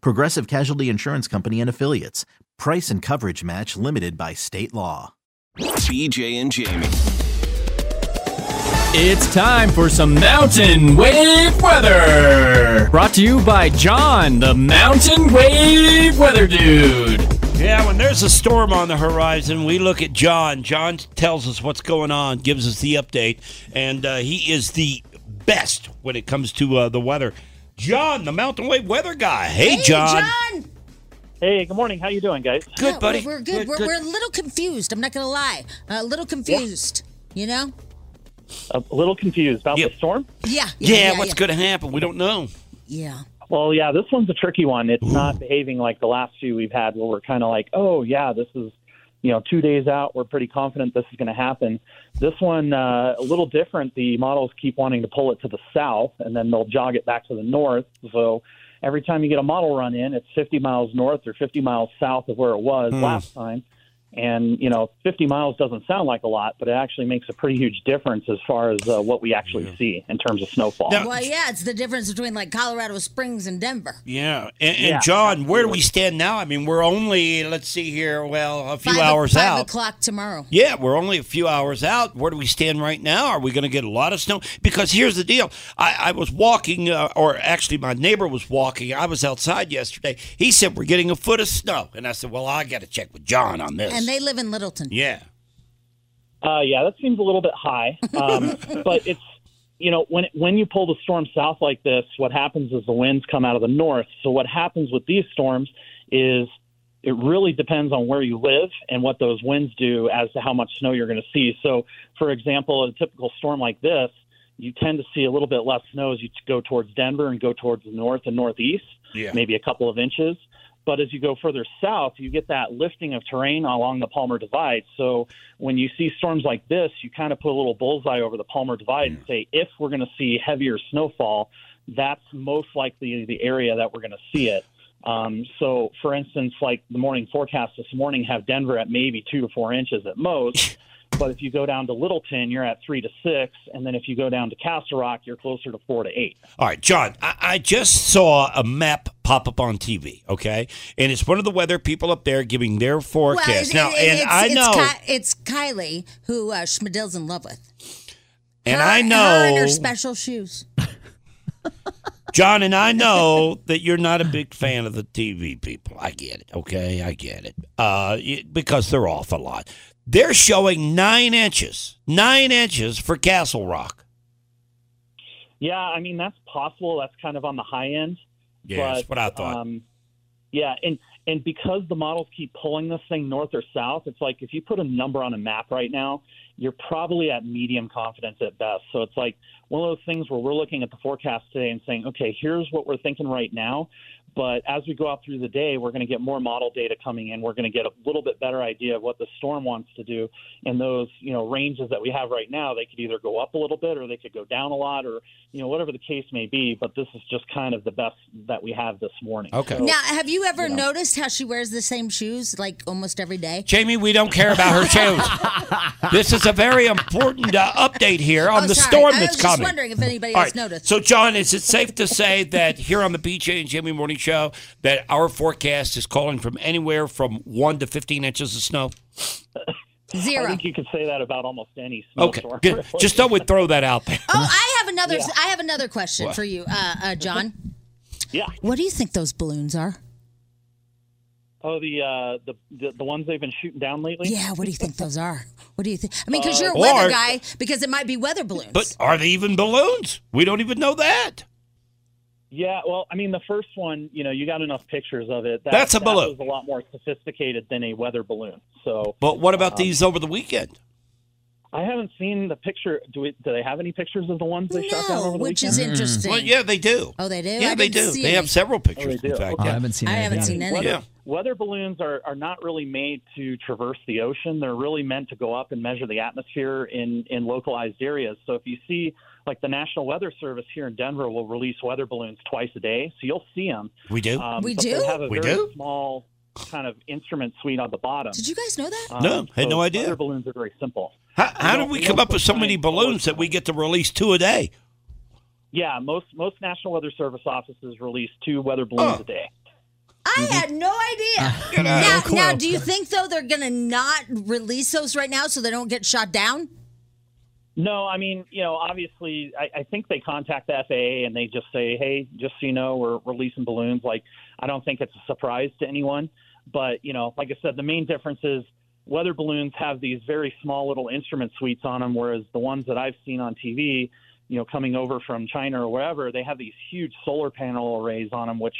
Progressive Casualty Insurance Company and Affiliates. Price and coverage match limited by state law. BJ and Jamie. It's time for some mountain wave weather. Brought to you by John, the mountain wave weather dude. Yeah, when there's a storm on the horizon, we look at John. John tells us what's going on, gives us the update, and uh, he is the best when it comes to uh, the weather. John, the Mountain Wave weather guy. Hey, John. Hey, good morning. How you doing, guys? Good, Yeah, buddy. We're, we're good. we're, we're a little confused. I'm not gonna lie, a little confused. You know? A little confused about Yep. the storm. Yeah. Yeah, what's going to happen? We don't know. Yeah. Well, yeah, this one's a tricky one. It's not behaving like the last few we've had, where we're kind of like, oh yeah, this is, you know, two days out. We're pretty confident this is going to happen. This one uh, a little different. The models keep wanting to pull it to the south, and then they'll jog it back to the north. So every time you get a model run in, it's 50 miles north or 50 miles south of where it was last time. And you know, 50 miles doesn't sound like a lot, but it actually makes a pretty huge difference as far as uh, what we actually see in terms of snowfall. Now- Well, yeah, it's the difference between like Colorado Springs and Denver. Yeah. And, and Yeah, John, where do we stand now? I mean, we're only, let's see here, well, a few Five o- hours five out. o'clock tomorrow. Yeah, we're only a few hours out. Where do we stand right now? Are we going to get a lot of snow? Because here's the deal. I, I was walking, uh, or actually, my neighbor was walking. I was outside yesterday. He said, We're getting a foot of snow. And I said, Well, I got to check with John on this. And they live in Littleton. yeah. Uh, yeah, that seems a little bit high, um, but it's you know when when you pull the storm south like this, what happens is the winds come out of the north. So what happens with these storms is it really depends on where you live and what those winds do as to how much snow you're going to see. So, for example, in a typical storm like this, you tend to see a little bit less snow as you go towards Denver and go towards the north and northeast, Yeah. maybe a couple of inches. But as you go further south, you get that lifting of terrain along the Palmer Divide. So when you see storms like this, you kind of put a little bullseye over the Palmer Divide and say, if we're going to see heavier snowfall, that's most likely the area that we're going to see it. Um, so, for instance, like the morning forecast this morning have Denver at maybe two to four inches at most. But if you go down to Littleton, you're at three to six, and then if you go down to Castle Rock, you're closer to four to eight. All right, John, I, I just saw a map pop up on TV, okay? And it's one of the weather people up there giving their Well, forecast. it- now, it- and it's, I it's know, Ki- it's Kylie who uh, Schmidl's in love with. and Her- I Her and her know, special shoes. John, and I know that you're not a big fan of the TV people. I get it. Okay, I get it. Uh, it- because they're off a lot. They're showing nine inches, nine inches for Castle Rock. Yeah, I mean that's possible. That's kind of on the high end. Yeah, that's But, what I thought. Um, yeah, and and because the models keep pulling this thing north or south, it's like if you put a number on a map right now, you're probably at medium confidence at best. So it's like one of those things where we're looking at the forecast today and saying, okay, here's what we're thinking right now. But as we go out through the day, we're going to get more model data coming in. We're going to get a little bit better idea of what the storm wants to do. And those, you know, ranges that we have right now, they could either go up a little bit or they could go down a lot or, you know, whatever the case may be. But this is just kind of the best that we have this morning. Okay. Now, have you ever noticed how she wears the same shoes like almost every day? Jamie, we don't care about her shows. this is a very important uh, update here on Oh, the sorry. storm I that's was coming. Just wondering if anybody All else right. noticed. So, John, is it safe to say that here on the BJ and Jamie Morning Show that our forecast is calling from anywhere from one to fifteen inches of snow? I Zero. think you could say that about almost any Okay, snowstorm. good. Just thought we'd throw that out there. Oh, I have another. I have another question for you, uh, uh, John. Yeah. What do you think those balloons are? Oh, the uh, the, the the ones they've been shooting down lately. Yeah, what do you think those are? What do you think? I mean, because you're a Uh, or- weather guy, because it might be weather balloons. But are they even balloons? We don't even know that. Yeah, well, I mean, the first one, you know, you got enough pictures of it. That, That's a that balloon. was a lot more sophisticated than a weather balloon. So um, But what Um, about these over the weekend? I haven't seen the picture. Do we, do they have any pictures of the ones they shot down no, over the which weekend? is interesting. Mm. Well, yeah, they do. Oh, they do? Yeah, I they didn't do. see They any. have several pictures. do. In fact, Oh, yeah. I haven't seen I haven't anything. seen any. Yeah. Weather balloons are, are not really made to traverse the ocean. They're really meant to go up and measure the atmosphere in, in localized areas. So if you see, like, the National Weather Service here in Denver will release weather balloons twice a day. So you'll see them. we do. Um, We but do? They have a We very do? small kind of instrument suite on the bottom. Did you guys know that? Um, No, had no idea. Weather balloons are very simple. how how we did don't- we we come don't up with so put many signs all balloons over that we get to release two a day? Yeah, most most National Weather Service offices release two weather balloons Oh. a day. I had no idea. Get out. now, No clue. now, do you think though they're gonna not release those right now so they don't get shot down? No, I mean, you know, obviously, I, I think they contact the FAA and they just say, "Hey, just so you know, we're releasing balloons." Like, I don't think it's a surprise to anyone, but you know, like I said, the main difference is weather balloons have these very small little instrument suites on them, whereas the ones that I've seen on TV, you know, coming over from China or wherever, they have these huge solar panel arrays on them, which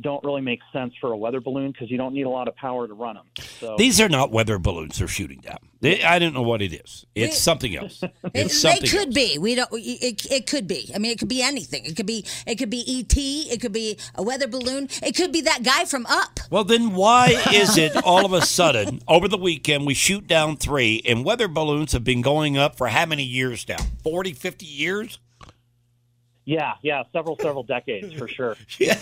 don't really make sense for a weather balloon because you don't need a lot of power to run them. So. These are not weather balloons they're shooting down. They, I don't know what it is. It's They- something else. It, It's they something could else. be. We don't. It, it could be. I mean, it could be anything. It could be. It could be ET. It could be a weather balloon. It could be that guy from Up. Well, then why is it all of a sudden over the weekend we shoot down three and weather balloons have been going up for how many years now? 40, 50 years? Yeah, yeah, several several decades for sure. Yeah.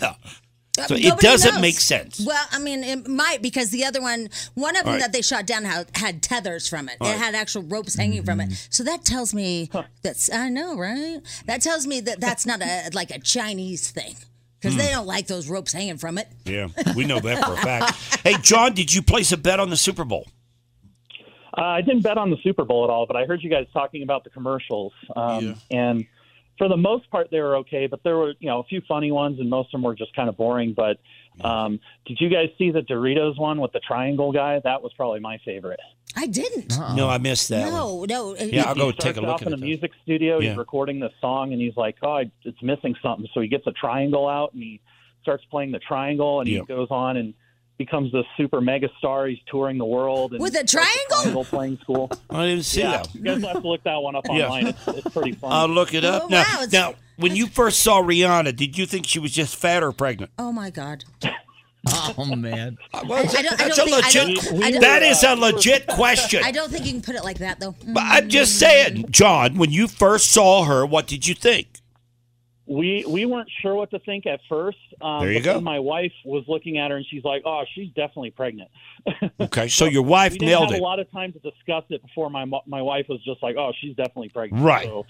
Uh, So it nobody doesn't knows. make sense. Well, I mean, it might because the other one, one of them right. that they shot down had, had tethers from it. it had actual ropes hanging from it. So that tells me that's I know, right? That tells me that that's not a like a Chinese thing because Hmm. they don't like those ropes hanging from it. Yeah, we know that for a fact. hey, John, did you place a bet on the Super Bowl? Uh, I didn't bet on the Super Bowl at all, but I heard you guys talking about the commercials, um, and for the most part they were okay. But there were you know a few funny ones, and most of them were just kind of boring. But um, did you guys see the Doritos one with the triangle guy? That was probably my favorite. I didn't. No, I missed that. one. Oh. No, no. uh, it- Yeah, I'll go Oh, take Starts a look off at in a it. though. music studio. Yeah. He's recording this song, and he's like, "Oh, I, it's missing something." So he gets a triangle out, and he starts playing the triangle, and Yeah. he goes on and becomes this super mega star. He's touring the world and With a starts the triangle? triangle playing school. I didn't see Yeah, that. you guys have to look that one up Yeah. online. It's, it's pretty fun. I'll look it up Oh, now. wow, it's- now, when you first saw Rihanna, did you think she was just fat or pregnant? Oh my God. Oh man. I don't- I don't That's a think- I don't- legit- I don't- that is a legit question. I don't think you can put it like that though. Mm. But I'm just saying, John, when you first saw her, what did you think? we we weren't sure what to think at first. Um, There you but go. then My wife was looking at her and she's like, "Oh, she's definitely pregnant." Okay, so your wife We didn't nailed have it. a lot of time to discuss it before my mo- my wife was just like, "Oh, she's definitely pregnant." Right. So,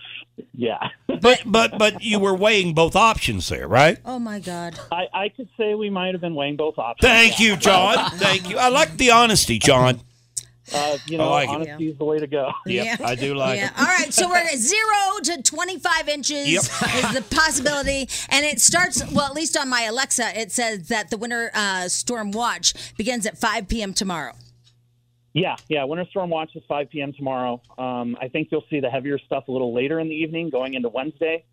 yeah. But but but you were weighing both options there, right? Oh my God. I, I could say we might have been weighing both options. Thank you, John. Thank you. I like the honesty, John. Uh, you I know, like it. honesty is the way to go. Yep, I do like yeah. it. All right, so we're at zero to 25 inches Yep. is the possibility. And it starts, well, at least on my Alexa, it says that the winter uh, storm watch begins at 5 p.m. tomorrow. Yeah, yeah. Winter storm watch is 5 p.m. tomorrow. Um, I think you'll see the heavier stuff a little later in the evening, going into Wednesday.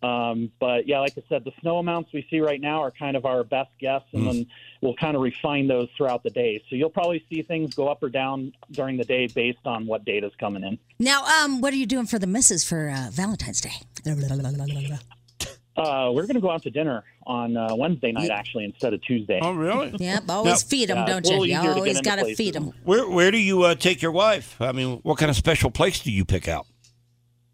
Um, but yeah, like I said, the snow amounts we see right now are kind of our best guess, and then we'll kind of refine those throughout the day. So you'll probably see things go up or down during the day based on what data's coming in. Now, um, what are you doing for the missus for uh, Valentine's Day? Uh, we're going to go out to dinner on uh, Wednesday night, actually, instead of Tuesday. Oh, Oh. really? Yep, always feed 'em, feed them, Yeah, don't it's you? a You little easier to get always into got to places. feed them. Where where do you uh, take your wife? I mean, what kind of special place do you pick out?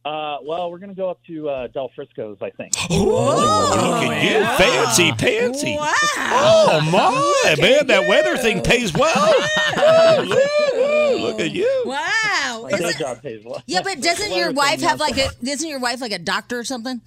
Uh, well, we're going to go up to uh, Del Frisco's, I think. Oh, Look at you, fancy pantsy. Wow. Oh my man, that weather thing pays well. Oh, look, look at you. Wow. Is Good it- job, Hazel. yeah, but doesn't your wife have like a, isn't your wife like a doctor or something?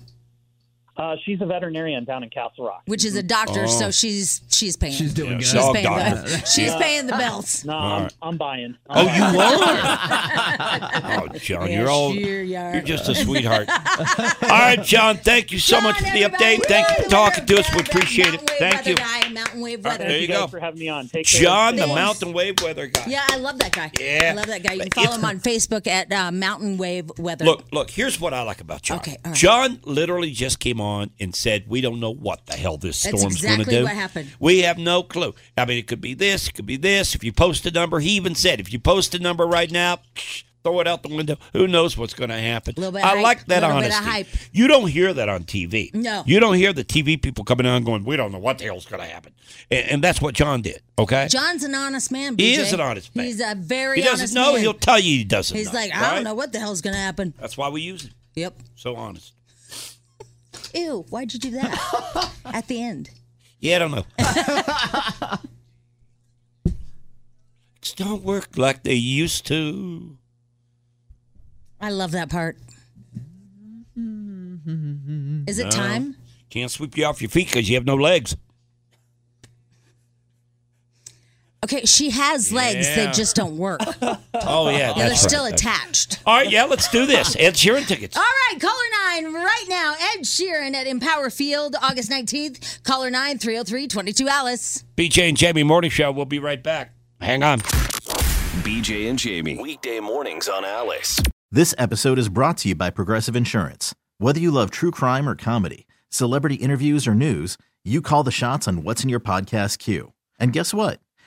Uh, she's a veterinarian down in Castle Rock. Which is a doctor, so she's she's paying. Oh. She's doing good. Yeah, dog paying doctor. the, she's paying the bills. No, I'm, I'm buying. Oh, I'm you are. oh, John, you're Yes, all sure you are. you're just a sweetheart. all right, John, thank you so John, much for the everybody, update. Thank you for woo! talking to us. We Mountain appreciate wave it. Thank weather you, Guy, mountain wave weather. there you you guys go. for having me on. Take care. John, the Thanks. mountain wave weather guy. Yeah, I love that guy. Yeah. I love that guy. You can It's- follow him on Facebook at uh, Mountain Wave Weather. Look, look, here's what I like about John. Okay, all right. John literally just came on and said, We don't know what the hell this That's storm's going exactly to do. what happened. We have no clue. I mean, it could be this, it could be this. If you post a number, he even said, If you post a number right now, throw it out the window. Who knows what's going to happen? Little bit of I hype, like that little bit honesty. of hype. You don't hear that on TV. No. You don't hear the TV people coming on going, We don't know what the hell's going to happen. And, and that's what John did, okay? John's an honest man. BJ. He is an honest man. He's a very he honest doesn't know. man. He'll tell you he doesn't He's know, like, I right? don't know what the hell's gonna happen. That's why we use him. Yep. So honest. Ew. Why'd you do that at the end? Yeah, I don't know. Things don't work like they used to. I love that part. Is it time? Can't sweep you off your feet because you have no legs. Okay, she has legs Yeah. that just don't work. Yeah, Oh yeah, they're that's still Ah. right. attached. All right, yeah, let's do this. Ed Sheeran tickets. All right, caller nine right now. Ed Sheeran at Empower Field, August 19th. Caller 9 303 22 Alice. BJ and Jamie Morning Show. We'll be right back. Hang on. BJ and Jamie. Weekday mornings on Alice. This episode is brought to you by Progressive Insurance. Whether you love true crime or comedy, celebrity interviews or news, you call the shots on what's in your podcast queue. And guess what?